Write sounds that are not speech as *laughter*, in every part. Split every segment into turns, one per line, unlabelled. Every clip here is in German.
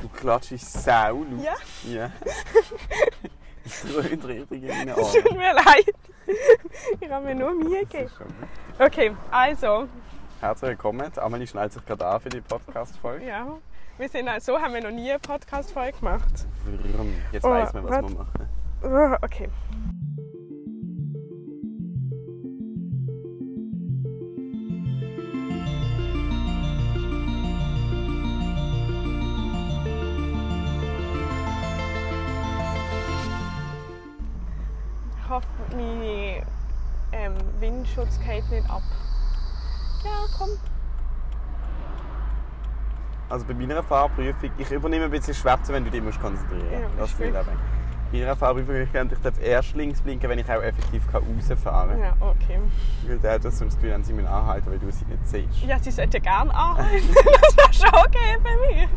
Du klatschst ist sau laut.
Ja. *laughs*
ja. Es dröhnt richtig in den
Es
Ohren.
tut mir leid. *laughs* Ich habe mir nur Mühe
Das
gegeben.
ist schon gut.
Okay, also,
Herzlich willkommen. Amelie schneidet sich gerade an für die Podcast-Folge.
ja. Wir sind, so haben wir noch nie eine Podcast-Folge gemacht.
Vrrrm. Jetzt
Oh,
weiss man, was
warte.
wir machen.
Uh, Okay. Ich hoffe, meine ähm, Windschutz geht nicht ab. Ja, komm.
Also bei meiner Fahrprüfung, ich übernehme ein bisschen Schwätzen, wenn du dich musst konzentrieren
Ja,
Das
ist
will ich
gut.
eben. Bei meiner Fahrprüfung, ich glaube, ich darf erst links blinken, wenn ich auch effektiv kann rausfahren kann.
Ja, okay.
Weil die Autos sonst das Gefühl haben, sie müssen anhalten, weil du sie nicht siehst.
Ja, sie sollten gerne anhalten. *laughs* Das wäre schon okay für mich.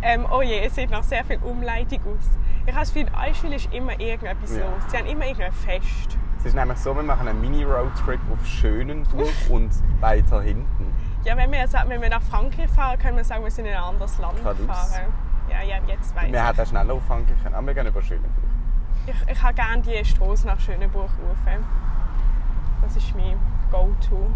Ähm, oh je, es sieht nach sehr viel Umleitung aus. Ich habe das Gefühl, in Eichwil ist immer irgendetwas
Ja.
los. Sie haben immer irgendein Fest.
Es ist nämlich so, wir machen einen Mini-Roadtrip auf Schönenburg und weiter hinten.
Ja, wenn wir, jetzt, wenn wir nach Frankreich fahren, können wir sagen, wir sind in ein anderes Land
Vaduz.
fahren. Ja, ja, jetzt weiß
Wir hätten auch schneller auffangen können, aber wir gehen über Schönenburg.
ich. Ich, ich habe gerne die Straße nach Schönenburg rufen. Das ist mein Go-To.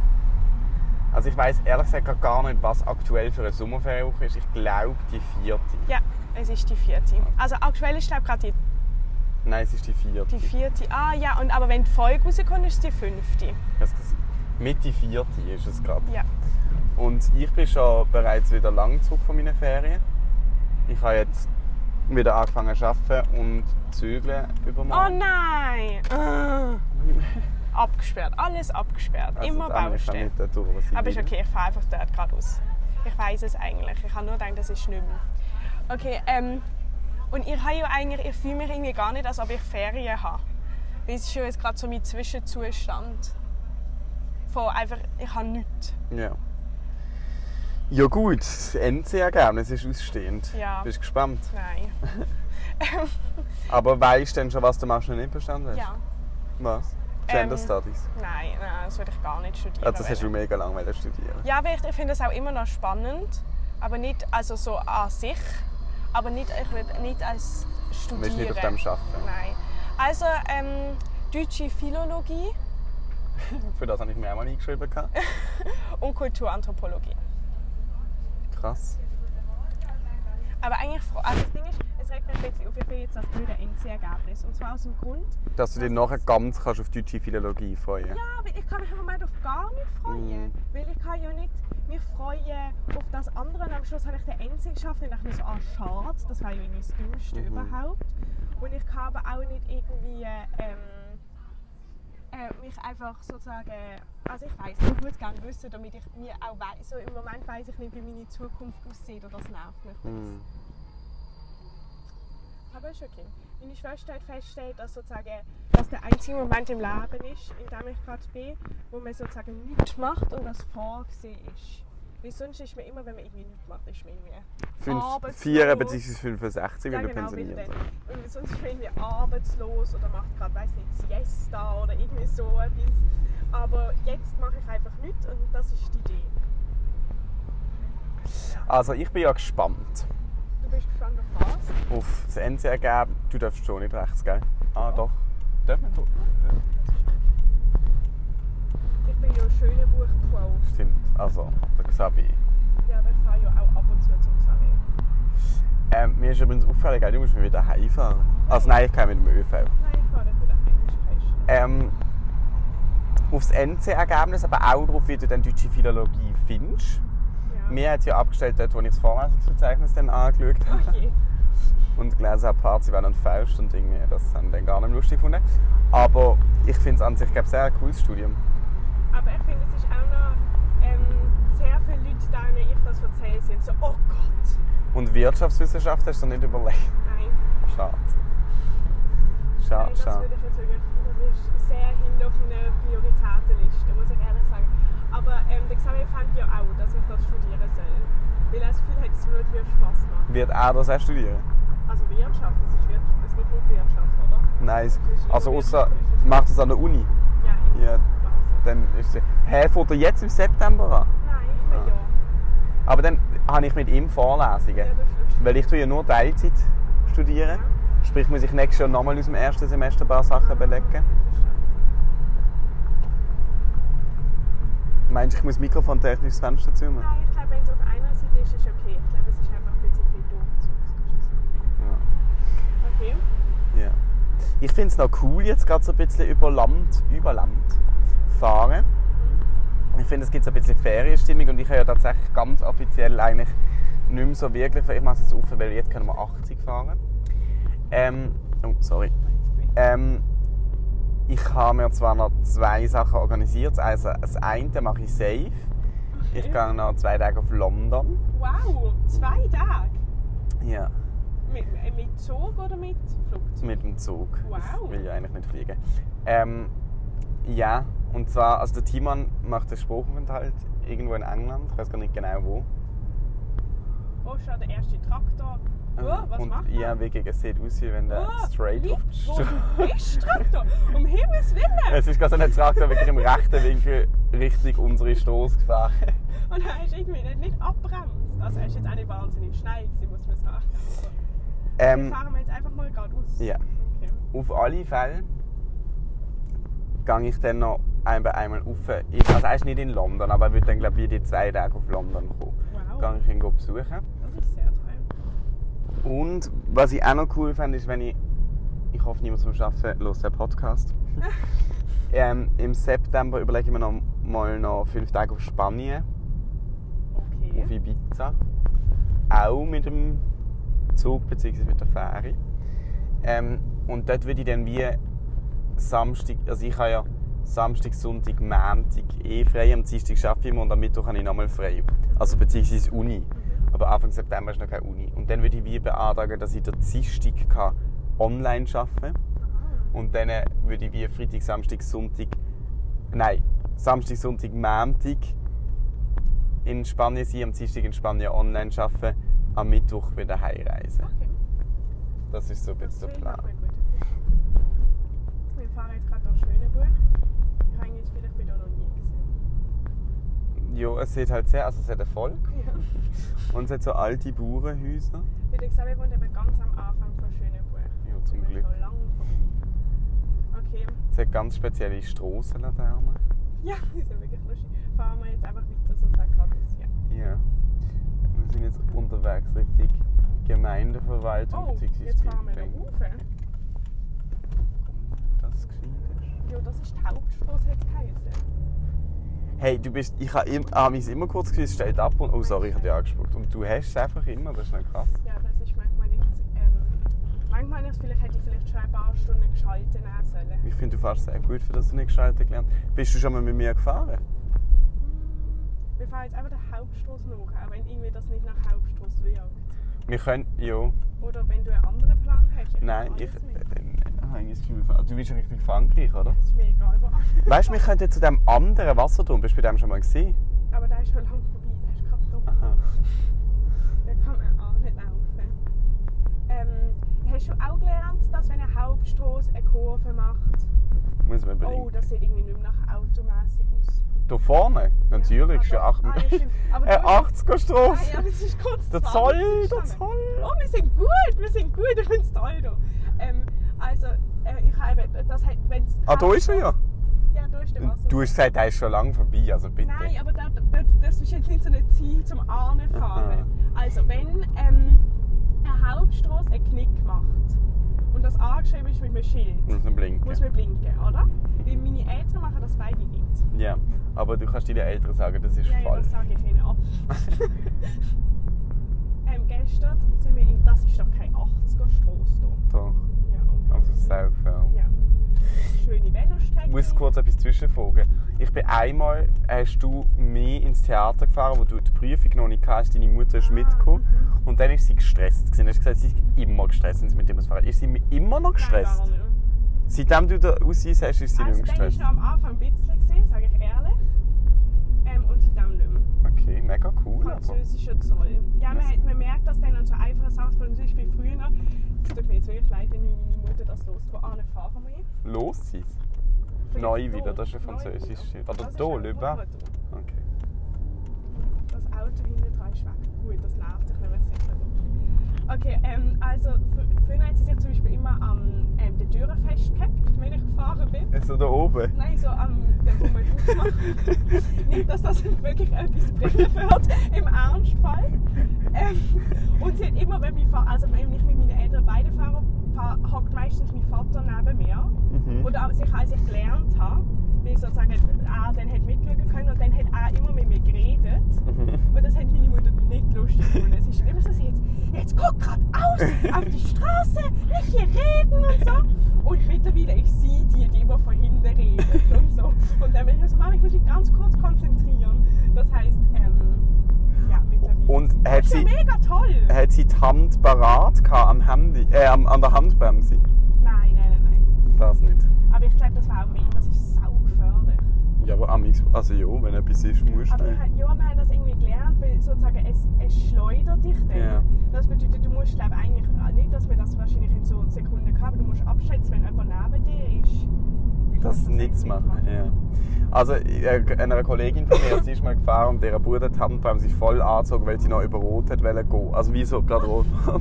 Also ich weiß ehrlich gesagt gerade gar nicht, was aktuell für eine Sommerferienwoche ist. Ich glaube die vierte.
Ja, es ist die vierte. Also aktuell ist glaube ich gerade
Nein, es ist die vierte.
die, die vierte. Ah ja, und, aber wenn die Folge rauskommt, ist es die fünfte.
Ich hab's gesehen. Mitte vierte ist es gerade.
Ja.
Und ich bin schon bereits wieder lang zurück von meinen Ferien. Ich habe jetzt wieder angefangen zu arbeiten und zügeln
Oh
übermorgen.
nein! Ah. abgesperrt, alles abgesperrt,
Also
immer
die anderen kann
Baustelle.
nicht da durch, was sie
Aber ist
will.
okay, ich fahre einfach dort geradeaus. Ich weiß es eigentlich. Ich habe nur gedacht, das ist nicht mehr. Okay, ähm, und ich, habe ja eigentlich, ich fühle mich irgendwie gar nicht, als ob ich Ferien habe. Weil es ist ja jetzt gerade so mein Zwischenzustand. Von einfach, ich habe nichts.
Ja. Ja gut, das NC-Ergebnis ist ausstehend.
Ja.
Bist gespannt.
Nein.
Aber weißt du denn schon, was du machst und nicht bestanden hast?
Ja,
Was?
Ähm,
Gender Studies.
nein, nein, das würde ich gar nicht studieren.
Also das hast du
wollen.
mega lange wollen studieren.
Ja, weil ich, ich finde das auch immer noch spannend, aber nicht also so an sich, aber nicht, ich will nicht als
Du
Studieren.
willst nicht auf dem arbeiten.
Nein. Also ähm, deutsche Philologie
Für das habe ich mir auch mal eingeschrieben. gehabt.
und Kulturanthropologie.
Krass.
Aber eigentlich, fro- also das Ding ist, es regt mich ein bisschen auf, ich bin jetzt das blöde NC-Ergebnis. Und zwar aus dem Grund,
Dass du dich nachher ganz kannst auf deutsche Philologie freuen
ja, weil ich kann mich im Moment auf gar nicht freuen. Weil ich kann ja nicht mich freuen auf das andere. Und am Schluss habe ich den NC geschafft und ich mir so, ah, schade, das war ja irgendwie das Dümmste
Mhm.
überhaupt. Und ich kann aber auch nicht irgendwie ähm, äh, mich einfach sozusagen, also ich weiß, ich muss es gerne wissen, damit ich mir auch weiß, so im Moment weiß ich nicht, wie meine Zukunft aussieht oder das nervt mich.
Hm.
Aber ist okay. Meine Schwester hat festgestellt, dass sozusagen das der einzige Moment im Leben ist, in dem ich gerade bin, wo man sozusagen nichts macht und das vorgesehen ist. Weil sonst ist man immer, wenn man irgendwie nichts macht, ist man irgendwie...
Fünf,
Arbeitslos.
vier bzw. 65, wenn du
genau, weil
pensioniert bist.
dann- weil sonst ist man irgendwie arbeitslos oder macht gerade, weiß nicht, Siesta oder irgendwie so etwas. Aber jetzt mache ich einfach nichts und das ist die Idee.
Also ich bin ja gespannt
Du bist gespannt auf was?
auf das NC-Ergebnis. Du darfst schon nicht rechts, gell? Ah, doch. Darf man doch?
Ich bin ja Schönebuch-Pro.
Stimmt. Also, der Xavi.
Ja, wir fahren ja auch ab und zu zum Xavier.
Ähm, mir ist übrigens aufgefallen, gell, du musst mir wieder heimfahren. Also nein, ich kann mit dem ÖV.
Nein, ich fahre nicht wieder heim, ist kein Stress.
ähm, aufs NC-Ergebnis, aber auch darauf, wie du dann deutsche Philologie findest.
Ja.
Mir hat es ja abgestellt, dort, wo ich das Vorlesungsverzeichnis dann angeschaut habe
Okay.
und gelesen habe, Parzi, Wenn und Faust und Dinge. Das haben dann gar nicht lustig gefunden. Aber ich finde es an sich glaub, sehr ein cooles Studium.
Aber ich finde, es ist auch noch ähm, sehr viele Leute, denen ich das erzähle, sind so, oh Gott,
Und Wirtschaftswissenschaft hast du dir nicht überlegt.
nein.
Schade.
nein
Schade,
das
schade.
würde ich jetzt wirklich, das ist sehr hinter auf einer Prioritätenliste, muss ich ehrlich sagen. Aber ähm, der Xavier fand ja auch, dass ich das studieren soll. Weil er das Gefühl hat, es würde mir Spass machen.
Wird er das auch studieren?
Also Wirtschaft, das ist Wirtschaft, es gibt nicht Wirtschaft, oder?
Nice.
Das ist
Also
immer
außer
Wirtschaft.
macht es an der Uni.
Ja, in
Ja.
Basel.
Dann ist sie. Hä, fährt er jetzt im September an?
Nein, immer ja.
Aber dann habe ich mit ihm Vorlesungen. Weil ich tue ja nur Teilzeit studieren. Sprich, muss ich nächstes Jahr nochmal aus dem ersten Semester ein paar Sachen belegen. Meinst du, ich muss das Mikrofon technisch das Fenster zu machen?
Nein, ich glaube, wenn es auf einer Seite ist, ist es okay. Ich glaube, es ist einfach ein bisschen viel Durchzug. Okay.
Ja. Ich finde es noch cool, jetzt gerade so ein bisschen über Land, über Land fahren. Ich finde, es gibt so ein bisschen Ferienstimmung und ich habe ja tatsächlich ganz offiziell eigentlich nicht mehr so wirklich, ich mache es jetzt auf, weil jetzt können wir 80 fahren. Ähm, oh, sorry. Ähm, ich habe mir zwar noch zwei Sachen organisiert. Also das eine mache ich safe. Ich gehe noch zwei Tage auf London.
Wow, zwei Tage?
Ja.
Mit, äh, mit Zug oder mit Flugzeug?
Mit dem Zug.
Wow.
Ich will ja eigentlich nicht fliegen. Ähm, ja, und zwar, also der Timon macht den Sprachaufenthalt irgendwo in England, ich weiß gar nicht genau wo.
Oh, schon der erste Traktor. Oh, was
Ähm, und
macht man?
ja, wirklich, es sieht aus, wie wenn der
Oh,
straight auf die
liegt wo
Straße-
ein *laughs* Fischtraktor? Um Himmels Willen!
*laughs* Es ist gerade so ein Traktor wirklich im rechten Winkel Richtung unsere Straße gefahren.
*laughs* Und er ist irgendwie nicht, nicht abbremst. Also er ist jetzt auch nicht wahnsinnig schnell gewesen, muss man sagen.
Ähm,
Fahren wir jetzt einfach mal geradeaus.
Ja.
Okay.
auf alle Fälle gehe ich dann noch einmal, einmal rauf. Ich- Also erst nicht in London, aber ich würde dann glaube ich die zwei Tage auf London kommen.
Wow,
Gehe ich ihn go besuchen.
das ist sehr toll.
Und was ich auch noch cool fände, ist, wenn ich, ich hoffe niemand zum Arbeiten hört den Podcast. ähm, Im September überlege ich mir noch mal noch fünf Tage auf Spanien, auf
Okay.
Ibiza. Auch mit dem Zug bzw. mit der Fähre. Ähm, und dort würde ich dann wie Samstag, also ich habe ja Samstag, Sonntag, Montag eh frei, am Dienstag arbeite ich immer und am Mittwoch habe ich nochmal frei. Also beziehungsweise Uni.
Mhm.
Aber Anfang September ist noch keine Uni. Und dann würde ich wie beantragen, dass ich den Dienstag kann online arbeiten kann. Und dann äh, würde ich wie Freitag, Samstag, Sonntag, nein, Samstag, Sonntag, Montag in Spanien sein, am Dienstag in Spanien online arbeiten, am Mittwoch wieder heimreisen.
Okay.
Das ist so ein
Das
bisschen der
klingt nach
Plan.
einem guten Plan. Wir fahren jetzt gerade durch Schöneburg. Ich habe jetzt vielleicht bin ich da noch nie gesehen.
Ja, es sieht halt sehr, also es hat Erfolg.
Ja.
Und es hat so alte Bauernhäuser.
Wie du gesagt hast, wir wohnen eben ganz am Anfang von Schöneburg.
Ja, zum
Wir sind
Glück.
schon lange vorbei. Okay.
Es hat ganz spezielle Strassenlaternen.
Ja, *laughs* die sind wirklich lustig. Fahren wir jetzt einfach weiter, sonst hat geradeaus. Ja.
Ja. Wir sind jetzt unterwegs Richtung Gemeindeverwaltung.
Oh,
beziehungsweise
jetzt fahren wir nach
Bildung.
oben.
Das ist gescheit.
Ja, das ist die Hauptstrasse, hat es geheißen.
Hey, du bist, ich habe im- habe mich immer kurz gewusst, steht ab und, oh sorry, ich habe dich angespult. Und du hast es einfach immer, das ist noch krass.
Ja, aber es ist manchmal nicht... Ähm, manchmal nicht, vielleicht hätte ich vielleicht schon ein paar Stunden geschalten nehmen sollen.
Ich finde, du fährst sehr gut, für das du nicht geschaltet gelernt hast. Bist du schon mal mit mir gefahren?
Wir fahren jetzt einfach der Hauptstrasse nach, auch wenn irgendwie das nicht nach Hauptstrasse wirkt.
Wir können, ja.
Oder wenn du einen anderen Plan hast. ich
Nein,
mache
ich, äh,
alles mit.
ich habe eigentlich das Gefühl, wir fahren- du bist ja Richtung Frankreich, oder?
Das ist mir egal, wo.
Weißt du, wir könnten zu dem anderen Wasserturm, bist du bei dem schon mal gesehen?
*laughs* Aber der ist schon lange vorbei, der ist gerade dumm.
Aha.
Da kann man auch nicht laufen. Ähm, hast du auch gelernt, dass wenn eine Hauptstrasse eine Kurve macht,
Muss man überlegen.
oh, das sieht irgendwie nicht mehr nach automässig aus?
Da vorne? Natürlich, schon
Ah,
ach,
doch. Ah, ja, stimmt. Aber
eine
du-
80er
Ah,
Straße.
ja, das ist kurz
Der
dran,
Zoll,
das
der
ist spannend.
Zoll.
Oh, wir sind gut, wir sind gut, *laughs* ich bin's toll hier. Ähm, also, äh, ich habe eben, das heißt, wenn
Ah, da ist er ja.
Ja, da ist der Wasser.
Du hast gesagt, der ist schon lange vorbei, also bitte.
Nein, aber da, da, das ist jetzt nicht so ein Ziel zum Anfahren. Also, wenn ähm, eine Hauptstrasse einen Knick macht und das angeschrieben ist mit einem Schild,
Muss man blinken.
muss man blinken, oder? Weil meine Eltern machen das beide nicht.
Ja, aber du kannst deinen Eltern sagen, das ist
Ja, ja,
falsch.
das sage ich Ihnen
*laughs*
ab. ähm, gestern sind wir in. Das ist doch kein 80er-Strasse hier.
Doch,
Ja, okay.
aber es ist sehr gefährlich.
Ja. Schöne Velostrecke.
Ich muss kurz etwas zwischenfragen. Ich bin einmal, hast du mich ins Theater gefahren, wo du die Prüfung noch nicht hast, deine Mutter ist
Ah,
mitgekommen. Und dann ist sie gestresst. gewesen. Du hast gesagt, sie ist immer gestresst, wenn sie mit dir muss fahren. Ist sie immer noch gestresst?
Nein, gar nicht.
Seitdem du da ausseist, hast, ist sie
Also,
nicht mehr
der war
gestresst.
noch am Anfang ein bisschen, gewesen, sage ich ehrlich. Ähm, und seitdem nicht mehr.
Okay, mega cool. Aber.
Französischer Zoll. Ja, man, hat- man merkt das dann an so einfachen Sachen. Von ich bin früher noch. Es tut mir jetzt wirklich leid, wenn meine Mutter das losgeht. Ah, fahren wir jetzt.
Los ist.
Vielleicht
Neu
da.
wieder, das ist ein
Neu wieder.
französisches Schild. Oder
Das ist
da,
ein
Lübeck.
Foto.
Okay.
Das Auto hinten dran ist weg. Gut, das nervt sich, wenn man es sieht. aber- Okay, ähm, also fr- früher hat sie sich zum Beispiel immer an ähm, den Türen festgehabt, wenn ich gefahren bin.
So da oben.
Nein, so am den, wo man
*laughs*
aufmacht. Nicht, dass das *laughs* wirklich etwas bringen wird, im Ernstfall. Ähm, *laughs* und sie hat immer, wenn, wir fahren, also wenn ich mit meinen Eltern beide fahre, fahr- hockt meistens mein Vater neben mir.
Mhm.
Und auch sicher, als ich gelernt habe, weil ich sozusagen auch dann hat mitschauen können und dann hat auch immer mit mir geredet.
Mhm.
Und das hat meine Mutter nicht lustig gefunden. Es ist immer so, sie jetzt, jetzt guck grad aus auf die Straße, nicht hier reden und so. Und mittlerweile, ich sehe die, die immer von hinten redet und so. Und dann bin ich so, Mama, ich muss mich ganz kurz konzentrieren. Das heisst, ähm, ja, mittlerweile.
Und
das
hat
ist ja
sie-
mega toll.
Hat sie die Hand parat gehabt am Handy, äh, am- an der Handbremse?
Nein, nein, nein, nein.
Das nicht.
Aber ich glaube, das war auch mega, das ist saugefährlich.
Ja, aber am X- also ja, wenn etwas ist, musst du.
Aber wir
ne?
haben, ja, wir haben das irgendwie gelernt, weil sozusagen es, es schleudert dich dann.
Ja.
Das bedeutet, du musst glaube eigentlich ah, nicht, dass wir das wahrscheinlich in so Sekunden haben, aber du musst abschätzen, wenn jemand neben dir ist. Weil du
Das
kannst
nichts
eigentlich
machen, ja. Also äh, einer Kollegin von mir, sie ist mal gefahren und ihre Bruder hat die Handbremse voll angezogen, weil sie noch über Rot hat wollen gehen. Also wie so gerade rot. *laughs*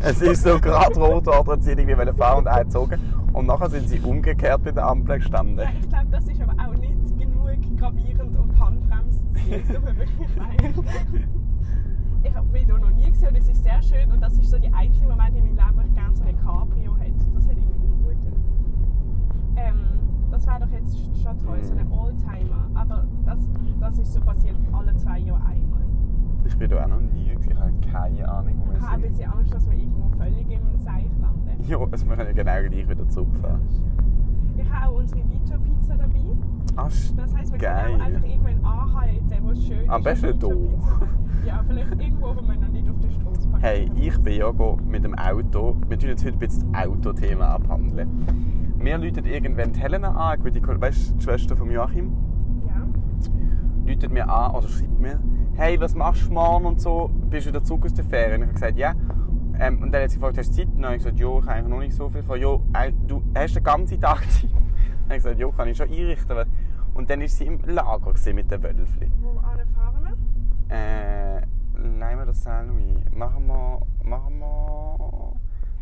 es ist so gerade rot geworden, hat sie irgendwie wollen fahren und eingezogen. Und nachher sind sie umgekehrt bei der Ampel gestanden.
Ja,
*laughs*
ich glaube, das ist aber auch nicht genug gravierend, um die
*laughs*
Handbremse zu ziehen. Das tut mir wirklich leid. Ich habe Video noch nie gesehen und es ist sehr schön und das ist so die einzige Moment in meinem Leben, wo ich gerne so eine Cabrio hätte. Das hätte ich einen guten. Ähm, das wäre doch jetzt schon toll, so
Mhm.
eine Oldtimer. Aber das, das ist so passiert alle zwei Jahre einmal.
Ich bin da auch noch nie, gewesen. ich habe keine Ahnung, wo
Ich habe ein
wir sind.
bisschen Angst, dass wir irgendwo völlig im Seich landen.
Ja, also wir können ja genau gleich wieder zurückfahren.
Ich habe auch unsere Vito-Pizza dabei.
Ah, stimmt.
Das heisst, wir
Geil.
können auch einfach irgendwann anhalten, wo es schön ist.
Am besten
und Pizza
hier.
essen. Ja, vielleicht irgendwo, wo man noch nicht auf der Straße parkiert
Hey,
hat.
ich bin ja go- mit dem Auto. Wir tun jetzt heute ein bisschen das Autothema abhandeln. Mir läutet irgendwann die Helena an, eine gute Ko- weißt, du, die Schwester von Joachim,
Ja.
läutet mir an oder schreibt mir, hey, was machst du morgen und so, bist du wieder zurück aus der Ferien? Und ich habe gesagt, ja. Ähm, und dann hat sie gefragt, hast du Zeit? Und dann habe ich gesagt, ja, ich habe eigentlich noch nicht so viel. Von, ja, äh, du hast den ganzen Tag *laughs* Zeit. Dann habe ich gesagt, ja, kann ich schon einrichten. weil- Und dann war sie im Lager gewesen mit den Wölfli.
Wo fahren wir?
Äh, nehmen wir das Saint-Louis. Machen wir, machen wir...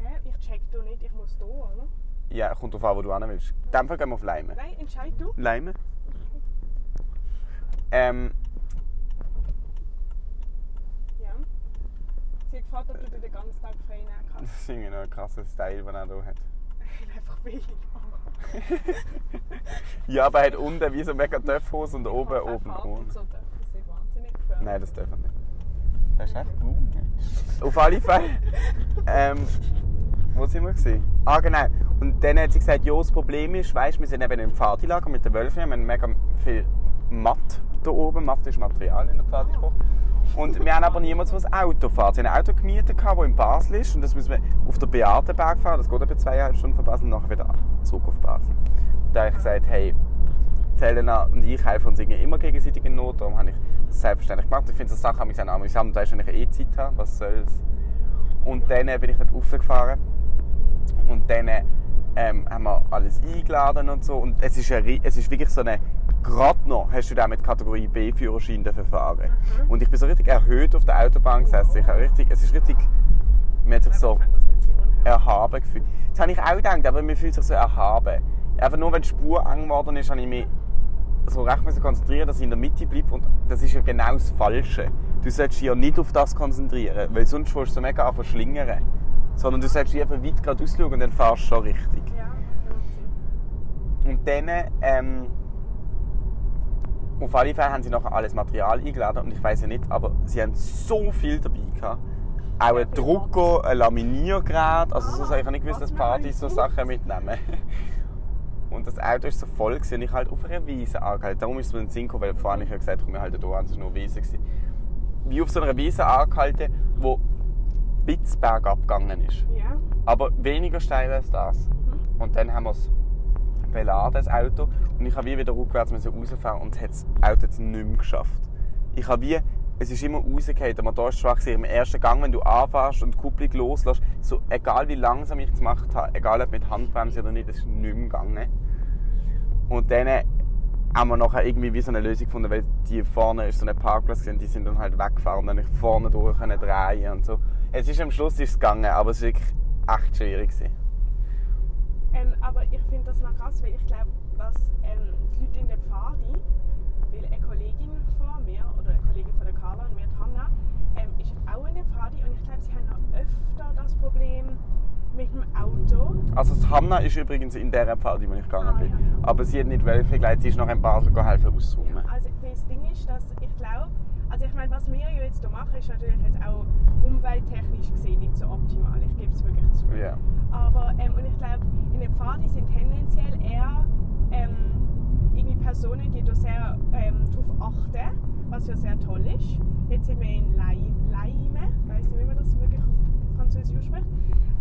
Hä? Ich check du nicht, ich muss hier, oder?
Ja, kommt drauf an, wo du hin willst. In dem Fall gehen wir auf Leime.
Nein, entscheid du.
Leime? Ähm,
Ja. Sie hat gefragt, ob du dir den ganzen Tag frei nehmen kannst. *laughs*
das ist irgendwie noch ein krasser Style, den er hier hat. *laughs*
Ich bin einfach wenig
Ja, aber er hat unten wie so mega Töpfhose und *laughs* oben oben ohne.
Das ist wahnsinnig gefährlich.
Nein, das dürfen wir nicht. Das ist echt gut. Auf
*laughs*
alle Fälle. Ähm, wo sind wir? Gewesen? Ah, genau. Und dann hat sie gesagt, ja, das Problem ist, weißt, wir sind eben im Pfadilager mit den Wölfen, wir haben mega viel Matt da oben. Matt ist Material in der Pfadisprache. Und wir haben aber niemanden, der ein Auto fährt. Sie haben ein Auto gemietet, das in Basel ist. Und das müssen wir auf den Beatenberg fahren. Das geht etwa zweieinhalb Stunden von Basel und nachher wieder zurück auf Basel. Und da habe ich gesagt, hey, die Helena und ich helfen uns irgendwie immer gegenseitig in Not. Darum habe ich das selbstverständlich gemacht. Ich finde, so Sachen haben mich amüsant. Da ist, wenn ich eh Zeit habe, was soll's. Und dann äh, bin ich dort raufgefahren. Und dann äh, ähm, haben wir alles eingeladen und so. Und es ist, eine, ri- es ist wirklich so eine... Gerade noch hast du da mit Kategorie B-Führerschein dürfen fahren. Und ich bin so richtig erhöht auf der Autobahn gesessen. Ich habe richtig, es ist richtig... Man hat sich so
Ich fand das ein bisschen unheimlich.
erhaben gefühlt. Das habe ich auch gedacht, aber man fühlt sich so erhaben. Einfach nur, wenn die Spur eng geworden ist, habe ich mich so recht müssen konzentrieren, dass ich in der Mitte bleibe. Und das ist ja genau das Falsche. Du solltest dich ja nicht auf das konzentrieren, weil sonst wirst du so mega anfangen zu schlingern. Sondern du solltest dich einfach weit geradeaus schauen und dann fährst du schon richtig.
Ja, macht Sinn.
Und dann, ähm, auf alle Fälle haben sie nachher alles Material eingeladen und ich weiß ja nicht, aber sie haben so viel dabei gehabt. Auch ein Drucker, ein Laminiergerät, also so, ich habe nicht gewusst, dass Partys so Sachen mitnehmen. *laughs* Und das Auto war so voll gewesen, und ich halt auf einer Wiese angehalten. Darum ist es mir in den Sinn gekommen, weil vorhin ich ja gesagt habe, wir halten hier an, es war nur eine Wiese. Gewesen. Wie auf so einer Wiese angehalten, wo bis bergab gegangen ist.
Ja.
Aber weniger steil als das. Und dann haben wir es beladen, das Auto. Und ich habe wie wieder rückwärts müssen rausfahren und hat das Auto jetzt nicht mehr geschafft. Ich habe wie, es ist immer rausgefallen, der Motor ist schwach gewesen. im ersten Gang, wenn du anfährst und die Kupplung loslässt, so egal wie langsam ich es gemacht habe, egal ob mit Handbremse oder nicht, es ist nicht mehr gegangen. Und dann haben wir nachher irgendwie wie so eine Lösung gefunden, weil die vorne ist so ein Parkplatz gewesen, die sind dann halt weggefahren und dann ich vorne durch können drehen und so. Es ist am Schluss ist es gegangen, aber es war wirklich echt schwierig. Gewesen.
Ähm, aber ich finde das noch krass, weil ich glaube, dass ähm, die Leute in der Pfadi, weil eine Kollegin von mir, oder eine Kollegin von der Carla und mir, die Hanna, ähm, ist auch in der Pfadi und ich glaube, sie haben noch öfter das Problem mit dem Auto.
Also das Hanna ist übrigens in der Fall, die ich gegangen
Ah,
bin.
ja.
Aber sie hat nicht welche gleich, sie ist noch in Basel geholfen um auszuräumen.
Ja, also weil das Ding ist, dass ich glaube, also ich meine, was wir ja jetzt hier machen, ist natürlich jetzt auch umwelttechnisch gesehen nicht so optimal. Ich gebe es wirklich zu.
Ja.
Aber ähm, und ich glaube, in den Pfaden sind tendenziell eher ähm, irgendwie Personen, die da sehr ähm, darauf achten, was ja sehr toll ist. Jetzt sind wir in Leim, Leime, ich weiß nicht, wie man das wirklich auf Französisch ausspricht.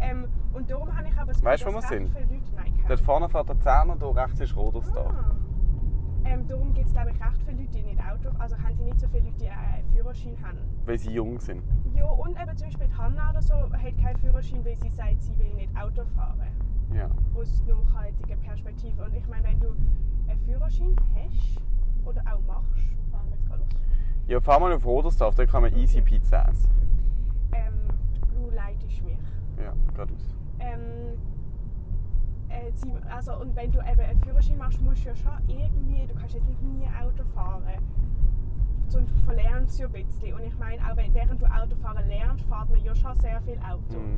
Ähm, und darum habe ich aber das
Weißt du, wo
dass
wir
recht
sind?
viele Leute Nein haben.
Dort vorne fährt der Zehner durch, rechts ist Rodersdorf.
Ah. Ähm, darum gibt es, glaube ich, recht viele Leute, die nicht Auto Also haben sie nicht so viele Leute, die einen Führerschein haben.
Weil sie jung sind.
Ja, und eben zum Beispiel die Hanna oder so hat keinen Führerschein, weil sie sagt, sie will nicht Auto fahren.
Ja.
Aus nachhaltiger Perspektive. Und ich meine, wenn du einen Führerschein hast oder auch machst, fahren wir jetzt gerade los.
Ja, fahren wir auf Rodersdorf, da kann man easy
Okay.
Pizza essen.
Ähm, du leidest mich.
Ja, geradeaus.
ähm, äh, sie, also, und wenn du eben einen Führerschein machst, musst du ja schon irgendwie, du kannst jetzt nicht nie Auto fahren. Sonst verlernst du ja ein bisschen. Und ich meine, auch wenn, während du Autofahren lernst, fährt man ja schon sehr viel Auto.
Mhm.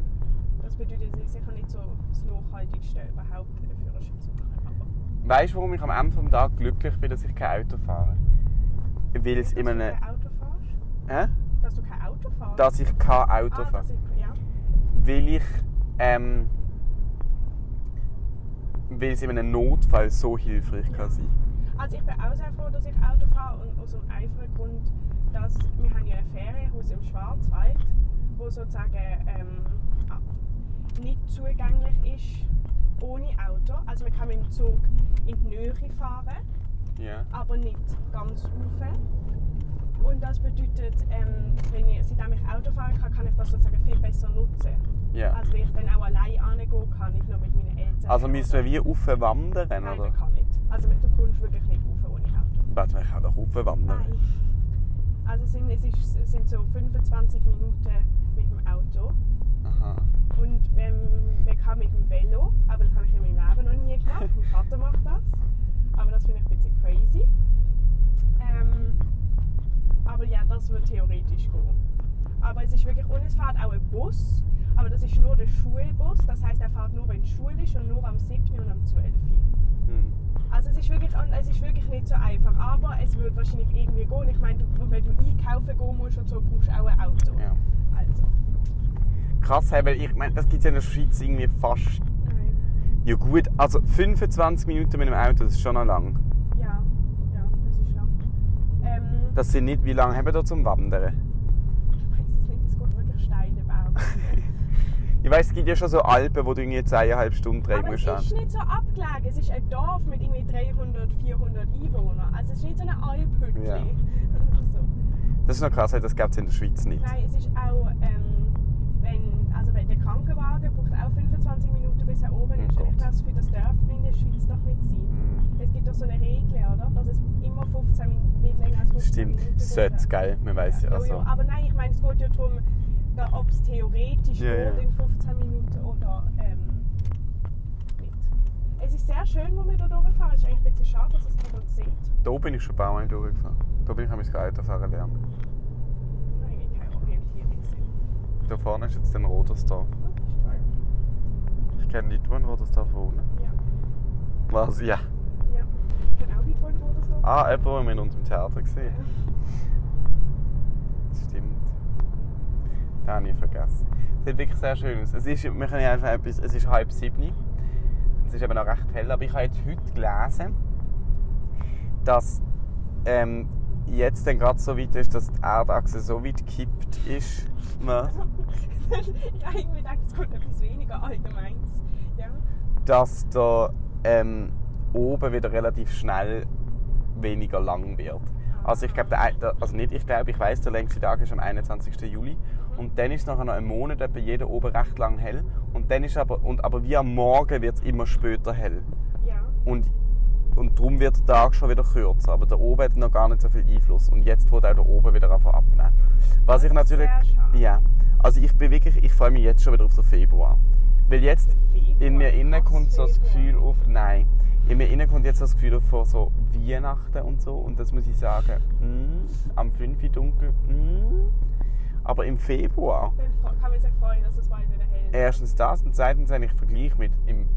Das bedeutet, es ist sicher nicht so das Nachhaltigste, überhaupt einen Führerschein zu machen. Aber
Weißt du, warum ich am Ende des Tages glücklich bin, dass ich kein Auto fahre? Weil es
dass
in
du
einem.
kein Auto fährst?
Hä?
Dass du kein Auto fährst?
Dass ich kein Auto
ah,
fahre.
dass ich, ja.
Weil ich. Ähm, weil es in einem Notfall so hilfreich kann sein
Also ich bin auch sehr froh, dass ich Auto fahre und aus dem einfachen Grund, dass wir haben ja ein Ferienhaus im Schwarzwald, wo sozusagen ähm, ah, nicht zugänglich ist ohne Auto. Also man kann mit dem Zug in die Nähe fahren,
Ja.
aber nicht ganz rauf. Und das bedeutet, ähm, wenn ich, seitdem ich Auto fahren kann, kann ich das sozusagen viel besser nutzen.
ja.
Also wenn ich dann auch allein angehen kann, nicht nur mit meinen Eltern.
Also müssen wir wie aufwandern,
Nein,
oder?
man kann nicht. Also du kommst wirklich nicht rauf ohne Auto.
Warte, man kann doch aufwandern.
Nein. Also es sind, es, ist, es sind so 25 Minuten mit dem Auto.
Aha.
Und ähm, man kann mit dem Velo, aber das habe ich in meinem Leben noch nie gemacht. mein Vater macht das. Aber das finde ich ein bisschen crazy. Ähm, aber ja, das würde theoretisch gehen. Aber es ist wirklich, und es fährt auch ein Bus. Aber das ist nur der Schulbus. Das heißt, er fährt nur, wenn es Schule ist und nur am 7. und am 12.
Hm.
Also es ist wirklich, und es ist wirklich nicht so einfach, aber es wird wahrscheinlich irgendwie gehen. Ich meine, du, wenn du einkaufen gehen musst und so, brauchst du auch ein Auto.
Ja.
Also.
Krass, hey, weil ich meine, das gibt es ja in der Schweiz irgendwie fast.
Nein.
Ja, gut, also 25 Minuten mit dem Auto, das ist schon noch lang.
Ja, ja, es ist lang. Ähm,
Das sind nicht, wie lange haben wir da zum Wandern? *laughs*
ich weiß es nicht, es geht wirklich Steine bauen.
Ich weiß, es gibt ja schon so Alpen, wo du irgendwie zweieinhalb Stunden drehen
aber es
musst.
ist nicht so abgelegen. Es ist ein Dorf mit irgendwie 300, 400 Einwohnern. Also es ist nicht so eine Alphütte.
Ja.
*laughs* so.
Das ist noch krass, hey, das gibt es in der Schweiz nicht.
Nein, es ist auch, ähm, wenn, also wenn der Krankenwagen braucht auch 25 Minuten, bis er oben
Oh
ist. Und ich
Gott.
glaube, für das darf in der Schweiz noch nicht sein.
Hm.
Es gibt doch so eine Regel, oder? Dass es immer 15 Minuten, nicht länger als 15
Stimmt,
Minuten
sollte, gell? Man weiß ja.
Ja,
Also.
ja, aber nein, ich meine, es geht ja darum, da- ob es theoretisch
Ja,
geht
ja.
in 15 Minuten oder ähm, nicht. Es ist sehr schön, wo wir hier durchfahren. Es ist eigentlich ein bisschen schade, dass es niemand sieht.
Da bin ich schon ein paar Mal durchgefahren. Da bin ich nämlich gerade Autofahren lernen.
Nein, Eigentlich keine Orientierung. gesehen.
Da vorne ist jetzt ein Rodersdorf.
Oh, das ist toll.
Ich kenne Leute, die in Rodersdorf wohnen.
Ja.
Was? Ja.
Ja, genau wie vorhin oder so.
Ah, jemand, den wir in unserem Theater gesehen haben. Das Stimmt. Den habe ich vergessen. Es sieht wirklich sehr schön aus. Es ist, wir können ja einfach etwas, es ist halb sieben. Es ist eben noch recht hell. Aber ich habe jetzt heute gelesen, dass ähm, jetzt dann gerade so weit ist, dass die Erdachse so weit gekippt ist.
*laughs*
ne,
ich habe irgendwie gedacht, es kommt etwas weniger Allgemeines. Ja.
dass da ähm, oben wieder relativ schnell weniger lang wird. Also ich glaube, der ein- der- also nicht, ich glaube, ich weiß, der längste Tag ist am 21. Juli und dann ist es nachher noch einen Monat etwa jeder oben recht lang hell und dann ist aber und aber wie am Morgen wird es immer später hell
Ja.
und und darum wird der Tag schon wieder kürzer. Aber da oben hat noch gar nicht so viel Einfluss. Und jetzt wird auch da oben wieder anfangen abnehmen. Was ich
ist
natürlich.
sehr schade.
Ja. Also ich bin wirklich, ich freue mich jetzt schon wieder auf den Februar. Weil jetzt
Der
in mir
Februar,
innen kommt so das
krass,
Gefühl auf. Nein. In mir innen kommt jetzt so das Gefühl auf von so Weihnachten und so. Und das muss ich sagen, mm, am 5. Uhr dunkel. Mm. Aber im Februar
Dann fro- kann man sich freuen, dass es bald wieder hell wird.
Erstens das und zweitens, wenn ich vergleiche mit im,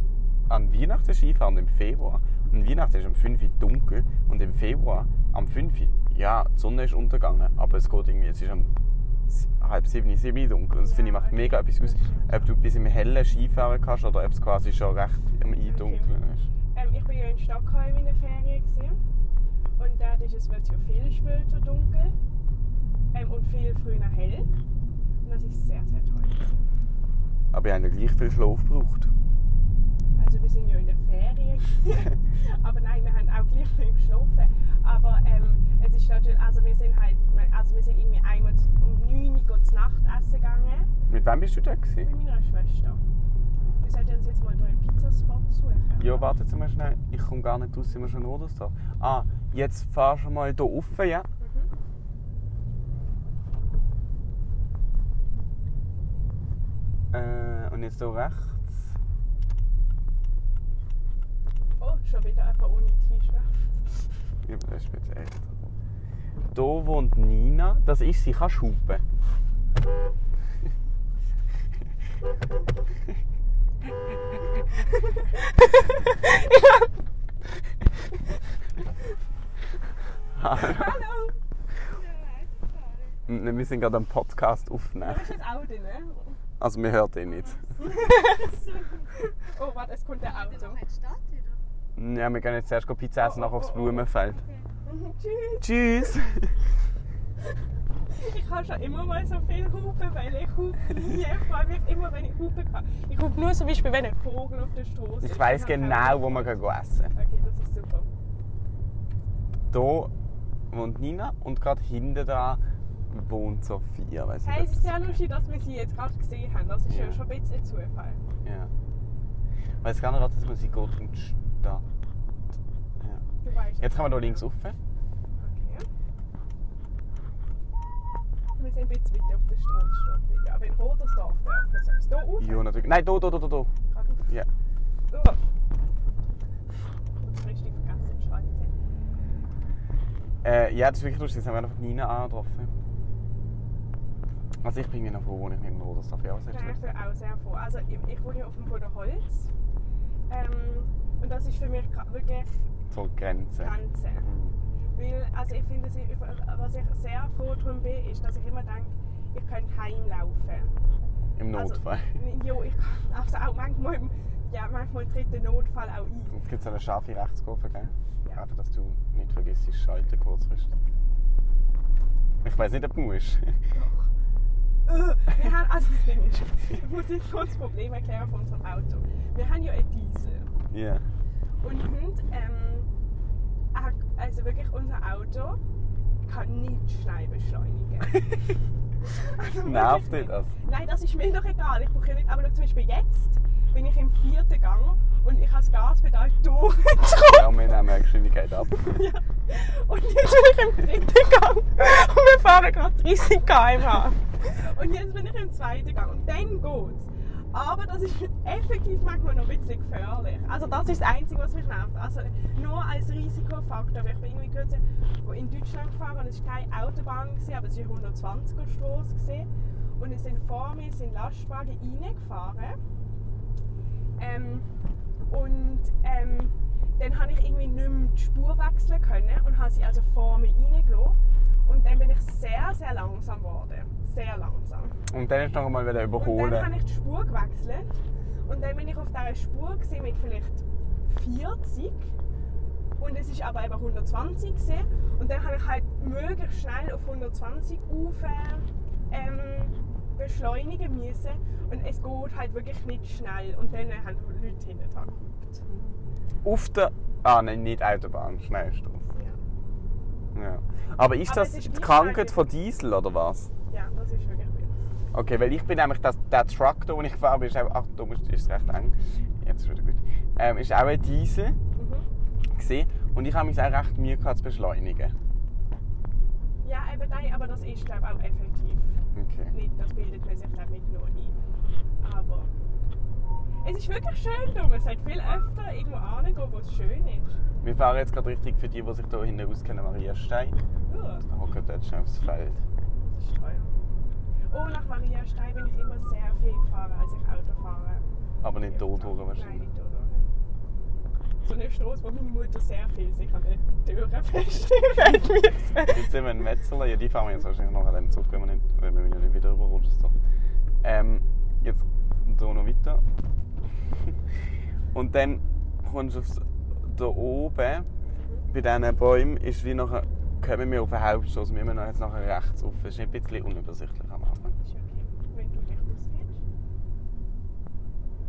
an Weihnachten Skifahren im Februar. Und Weihnachten ist am 5 Uhr dunkel und im Februar am 5 Uhr, ja, die Sonne ist untergegangen, aber es geht irgendwie, es ist am s- halb sieben, sieben Uhr dunkel und das
Ja,
finde ich macht
okay.
mega etwas aus,
Das stimmt.
ob du bis im hellen Skifahren kannst oder ob es quasi schon recht am Eindunkeln ist.
Ähm, ich war ja in Stockholm in der Ferien. Gewesen. Und dort ist es wird ja viel später dunkel. Ähm, und viel früher hell. Und das ist sehr, sehr toll. Gewesen.
Aber ich habe ja gleich viel Schlaf gebraucht. *laughs*
Also wir sind ja in der Ferien. gewesen. *laughs* Aber nein, wir haben auch gleich viel geschlafen. Aber ähm, es ist natürlich, also wir sind halt, also wir sind irgendwie einmal zu- um 9 Uhr zu Nacht essen gegangen
Mit wem bist du da?
mit
Gewesen?
meiner Schwester. Wir sollten uns jetzt mal durch einen Pizzaspot suchen.
Ja, warte jetzt mal schnell, ich komme gar nicht raus, sind wir schon in Odersdorf? Ah, jetzt fahrst du mal hier rauf, ja?
Mhm.
Äh, und jetzt hier rechts.
Oh, schon wieder jemand ohne T-Shirt.
Ja, aber das ist jetzt echt. Hier wohnt Nina. Das ist sie, kannst hupen. Hallo.
Hallo!
Wir sind gerade am Podcast aufnehmen.
Du bist jetzt auch drin, ne? *laughs*
Also wir hören ihn nicht.
Oh, warte, es kommt der Auto.
Ja, wir gehen jetzt erst Pizza essen, nachher aufs Blumenfeld.
*laughs* Tschüss!
Tschüss!
Ich kann schon immer mal so viel hupen, weil ich hupe nie. Ich freue mich immer, wenn ich hupen kann. Ich hupe nur zum Beispiel, wenn ein Vogel auf der Straße
Ich weiss genau, wo wir gehen essen.
Okay, das ist super.
Hier wohnt Nina und gerade hinten dran wohnt Sophia. Weiss nicht,
Hey,
ob
es
du
ist
sie
sehr lustig, dass wir sie jetzt gerade gesehen haben. Das ist ja
Ja.
schon ein bisschen Zufall.
Ja. Ich weiß gar nicht, was das muss ich gut und da.
Du weißt genau.
Jetzt kann man hier links rauf.
Okay. Wir sind ein bisschen weiter auf der Straße. Ja, wenn Rodersdorf darf, dann soll es hier auf.
Ja, natürlich. Nein, da, da, da, da, da.
Gerade auf.
Ja.
Oh. Ich habe richtig vergessen zu schalten.
Äh, ja, das ist wirklich lustig. Jetzt haben wir einfach Nina angetroffen. Also ich bin mir noch froh, wenn ich nicht in Rodersdorf ja, was hast du
Nein, Ich
gesagt?
bin auch sehr froh. Also ich, ich wohne ja auf dem Bodenholz. Ähm, und das ist für mich gra- wirklich
So Grenze.
Grenze.
Mhm.
Weil, also ich finde, sie- was ich sehr froh darum bin, ist, dass ich immer denke, ich könnte heimlaufen.
Im
Also-
Notfall.
Jo, ich kann also auch manchmal, im- ja, manchmal tritt der Notfall auch ein.
Jetzt gibt es eine scharfe Rechtskurve, gell?
Ja.
Einfach, dass du nicht vergisst, zu schalten kurzfristig. Ich weiß nicht, ob du musst. *laughs*
Äh, Wir haben, also das Ding ist, ich muss jetzt kurz das Problem erklären von unserem Auto. Wir haben ja einen Diesel.
Ja.
*laughs* Und Hund, ähm, hat- also wirklich unser Auto kann nicht schnell beschleunigen. *laughs* also
Nervt dich
wirklich
das?
Nein, das ist mir doch egal. Ich brauche ja nicht. Aber schau, zum Beispiel jetzt bin ich im vierten Gang und ich habe das Gaspedal durchgezogen.
Ja, wir nehmen eine Geschwindigkeit ab.
*laughs* Ja. Und jetzt bin ich im dritten Gang und wir fahren gerade 30 km/h. Und jetzt bin ich im zweiten Gang und dann geht's. Aber das ist effektiv manchmal noch ein bisschen gefährlich. Also das ist das Einzige, was mich nervt. Also nur als Risikofaktor. weil Ich bin irgendwie kürzlich in Deutschland gefahren und es war keine Autobahn, gewesen, aber es war 120er Straße. gewesen. Und es sind vor mir sind Lastwagen reingefahren. Ähm, und ähm, dann habe ich irgendwie nicht mehr die Spur wechseln können und habe sie also vor mir reingelassen. Und dann bin ich sehr, sehr langsam geworden. Sehr langsam.
Und dann ist noch einmal wieder
Und dann habe
überholen.
ich die Spur gewechselt. Und dann bin ich auf dieser Spur gewesen mit vielleicht 40. Und es ist aber eben 120 gewesen. Und dann habe ich halt möglichst schnell auf 120 auf, ähm, beschleunigen müssen. Und es geht halt wirklich nicht schnell. Und dann haben Leute hinten dran geguckt.
Auf der. Ah, nein, nicht Autobahn, Schnellstraße.
Ja.
Ja. Aber ist
Aber
das
es ist
die
nicht
Krankheit
eigentlich-
von Diesel oder was?
Ja, das ist wirklich wild.
Okay, weil ich bin nämlich, das, der Truck, den ich fahre, ist auch, ach, da musst- ist es recht eng. Jetzt ist wieder gut. Ähm, ist auch ein Diesel.
Mhm.
gesehen. Und ich habe mich auch recht Mühe gehabt zu beschleunigen.
Ja, eben nein, aber das ist glaube ich auch effektiv.
Okay.
Nicht, das bildet man sich glaube ich nicht nur ein. Aber es ist wirklich schön da. Man sollte viel öfter irgendwo hingehen, wo es schön ist.
Wir fahren jetzt gerade richtig für die, die sich hier hinten auskennen, Mariastein.
Uh,
Wir hocken dort schnell aufs Feld.
das ist toll. Oh, nach Mariastein bin ich immer sehr viel gefahren, als ich Auto fahre.
Aber nicht hier durch
Nein,
wahrscheinlich.
nicht durch. So eine Straße, wo meine Mutter sehr viel sich an den Türen *laughs* feststellen musste.
Jetzt sind wir in Metzeler. Ja, die fahren wir jetzt wahrscheinlich noch an dem Zug, wenn wir, nicht, wenn wir ja nicht wieder überrutschen. So. Ähm, jetzt hier noch weiter. Und dann kommst du aufs, da oben, bei diesen Bäumen, ist wie nachher, kommen wir auf den Hauptstoß. Wir müssen noch jetzt nachher rechts rauf. Es ist ein bisschen unübersichtlich am Anfang.
Ist okay, wenn du dich auskennst.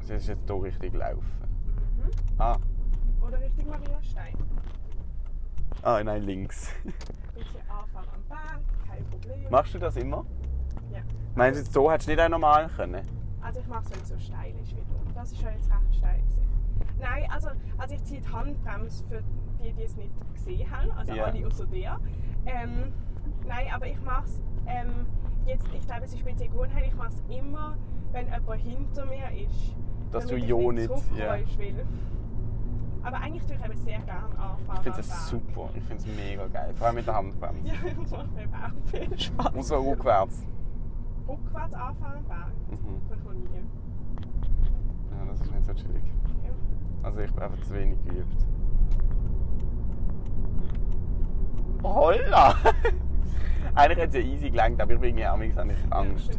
Es ist jetzt hier richtig laufen.
Mhm.
Ah,
Oder Richtung Mariastein.
ah nein, links. *laughs*
Bisschen anfahren am Berg, kein Problem.
Machst du das immer?
Ja.
Meinst du, jetzt so hättest du nicht auch normal können?
Also ich mache es, wenn es so steil ist wie du. Das ist ja jetzt recht steil. Gewesen. Nein, also, also ich ziehe die Handbremse für die, die es nicht gesehen haben, also
Ja.
alle außer dir. Ähm, nein, aber ich mache es ähm, jetzt, ich glaube es ist mit der Gewohnheit, ich mache es immer, wenn jemand hinter mir ist.
Dass
damit
du
ich
ja
nicht
nicht-
zurückgeräusch will. Aber eigentlich tue ich eben sehr gerne anfahren.
Ich finde das
am Berg.
super. Ich finde es mega geil. Vor allem mit der Handbremse.
*laughs* Ja, das macht mir auch viel Spaß.
Und so rückwärts.
Rückwärts anfahren am Berg.
Mhm.
Das kommt nie.
Ja, das ist nicht so chillig.
Okay.
Also ich bin einfach zu wenig geübt. Holla! *laughs* Eigentlich hätte es ja easy gelangt, aber ich bin irgendwie amigs habe ich Angst.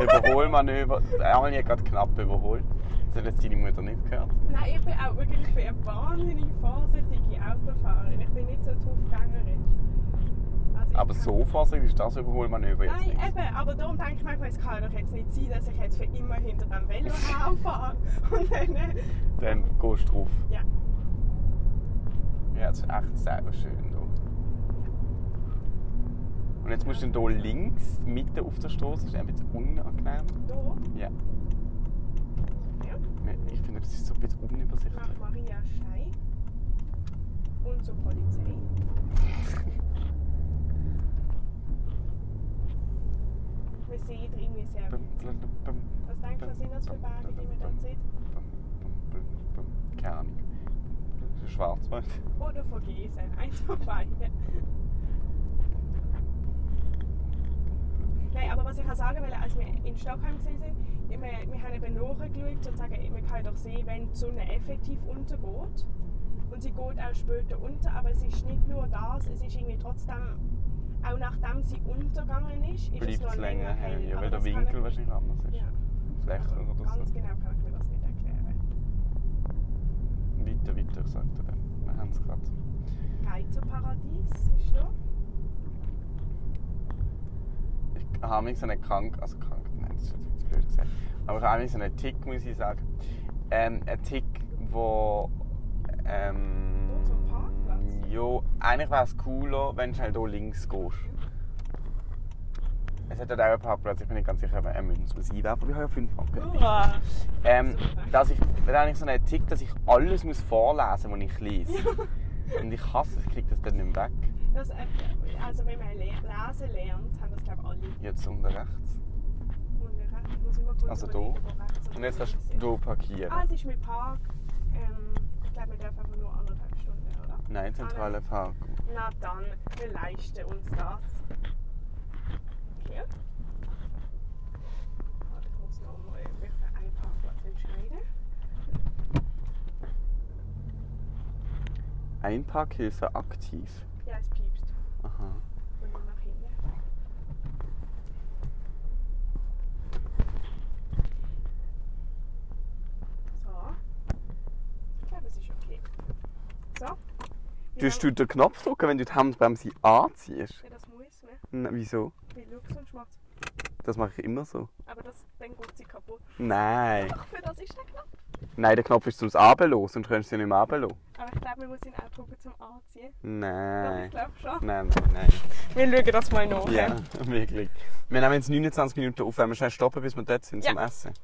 Überholmanöver. Einmal hat gerade knapp überholt. Das hat jetzt deine Mutter nicht gehört.
Nein, ich bin auch wirklich ich bin eine wahnsinnig vorsichtige Autofahrerin. Ich bin nicht so draufgängerisch. Also ich
Aber
kann-
so vorsichtig ist das Überholmanöver jetzt
Nein,
nicht.
eben, aber darum denke ich manchmal, es kann doch jetzt nicht sein, dass ich jetzt für immer hinter dem
*laughs*
Velo herfahre. Und dann. äh,
Dann gehst du drauf.
Ja.
Ja, das ist echt sehr schön hier. Und jetzt musst du dann hier links, mitten auf der Straße, ist ein bisschen unangenehm.
Da,
Ja.
ja,
Ich finde, das ist so ein bisschen unübersichtlich. *laughs*
nach Maria Stein und zur Polizei. Wir sehen irgendwie sehr wenig. Was denkst du, was sind das für Berge, die man dort sieht?
Keine Ahnung. Das ist Schwarzwald.
Oder vergessen, eins von beiden. Nein, aber was ich auch sagen will, als wir in Stockholm gewesen sind, wir, wir haben eben nachgeschaut, sozusagen, man kann doch sehen, wenn die Sonne effektiv untergeht. Und sie geht auch später unter, aber es ist nicht nur das, es ist irgendwie trotzdem, auch nachdem sie untergegangen ist, ist es
Bleibt
noch
es länger hell, ja,
aber
weil der
das kann
Winkel
ich-
wahrscheinlich anders ist.
Ja,
Flächer
also
oder so.
ganz genau kann ich mir das nicht erklären.
Weiter, weiter, sagt er dann. Wir haben es gerade.
Geisterparadies ist da.
Ich habe mich so einen krank, also krank, nein, das ist jetzt zu blöd gesagt. Aber ich habe mich so einen Tick, muss ich sagen. Ähm, ein Tick, wo ähm,
Dort am Parkplatz?
Ja, eigentlich wäre es cooler, wenn du halt hier links gehst. Es hat halt auch einen Parkplatz, ich bin nicht ganz sicher, ob er Münz muss einwerfen, aber ich habe ja fünf Franken.
*laughs* Uah.
Ähm, dass ich, dann habe ich so einen Tick, dass ich alles muss vorlesen muss, was
*laughs*
ich lese. Und ich hasse es, ich kriege das dann nicht mehr weg.
Das, äh, also wenn man le lesen lernt, haben das glaube ich alle.
Jetzt unten rechts.
Und rechts, ich muss immer kurz
Also
überlegen,
da.
wo rechts und
Und jetzt
links
kannst
ist.
du hier parkieren.
Ah, es ist mit Park. Ähm, ich glaube, wir dürfen einfach nur anderthalb Stunden, oder?
Nein, zentrale Park.
Na dann, wir leisten uns das. Okay. Warte, ich muss noch mal mich für einen Parkplatz entscheiden.
Einparkhilfe aktiv.
Ja, es piepst.
Aha.
Und dann nach hinten. So. Ich glaube, es ist okay. So. Wir
Tust
haben-
du den Knopf drücken, wenn du die Handbremse anziehst?
Ja, das muss man.
Nein, wieso?
Weil Lux und Schmerz.
Das mache ich immer so.
Aber das, dann geht sie kaputt. *laughs*
Nein.
Ach, für das ist der Knopf.
Nein, der Knopf ist zum Abelo, sonst könntest du ihn nicht mehr runterlassen.
Aber ich glaube, man muss ihn auch gucken zum Anziehen. Doch, ich
Nein.
glaube schon.
Nein, nein, nein.
Wir schauen das mal nach.
Ja, *laughs* wirklich. Wir nehmen jetzt 29 Minuten auf, wenn wir schnell stoppen, bis wir dort sind
Ja.
zum Essen.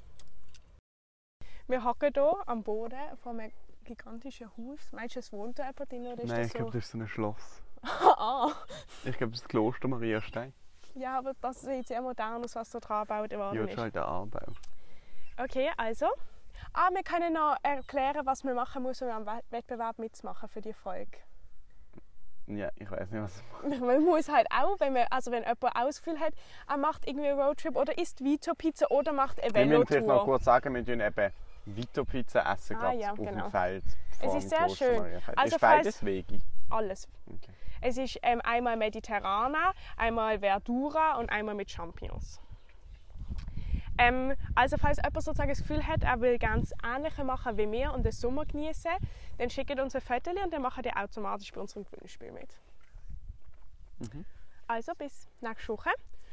Wir hocken hier am Boden von einem gigantischen Haus. Meinst du, es wohnt da jemand drin oder ist
Nein,
das
ich
so?
glaube, das ist so ein Schloss.
*laughs* ah,
Ich glaube, das ist das Kloster Mariastein.
ja, aber das sieht sehr modern aus, was da dran gebaut
Ja,
worden
das ist
Oh, ist.
halt der Anbau.
Okay, also. Ah, wir können noch erklären, was man machen muss, um am We- Wettbewerb mitzumachen für die Folge. *laughs*
Ja, ich weiß nicht, was.
Man muss halt auch, wenn, man, also wenn jemand auch das Gefühl hat, er macht irgendwie einen Roadtrip oder isst Vito-Pizza oder macht eine
Wir müssen vielleicht noch
Velotour.
kurz sagen, wir tun eben Vito-Pizza essen,
Ah,
gerade
ja,
auf
genau.
dem Feld. vor
ist
dem
sehr
Kloster
schön.
Mariastein.
Also
ist
falls-
beides Vegi.
Alles.
Okay.
Es ist ähm, einmal Mediterrana, einmal Verdura und einmal mit Champignons. Ähm, also falls jemand sozusagen das Gefühl hat, er will ganz Ähnliches machen wie wir und den Sommer genießen, dann schickt uns ein Foto und dann machen die automatisch bei unserem Gewinnspiel mit. Also bis nächste Woche.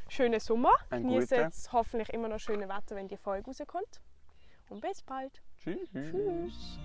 Schönen Sommer.
Einen
Genießt
guten.
jetzt hoffentlich immer noch schönes Wetter, wenn die Folge rauskommt. Und bis bald.
Tschüss.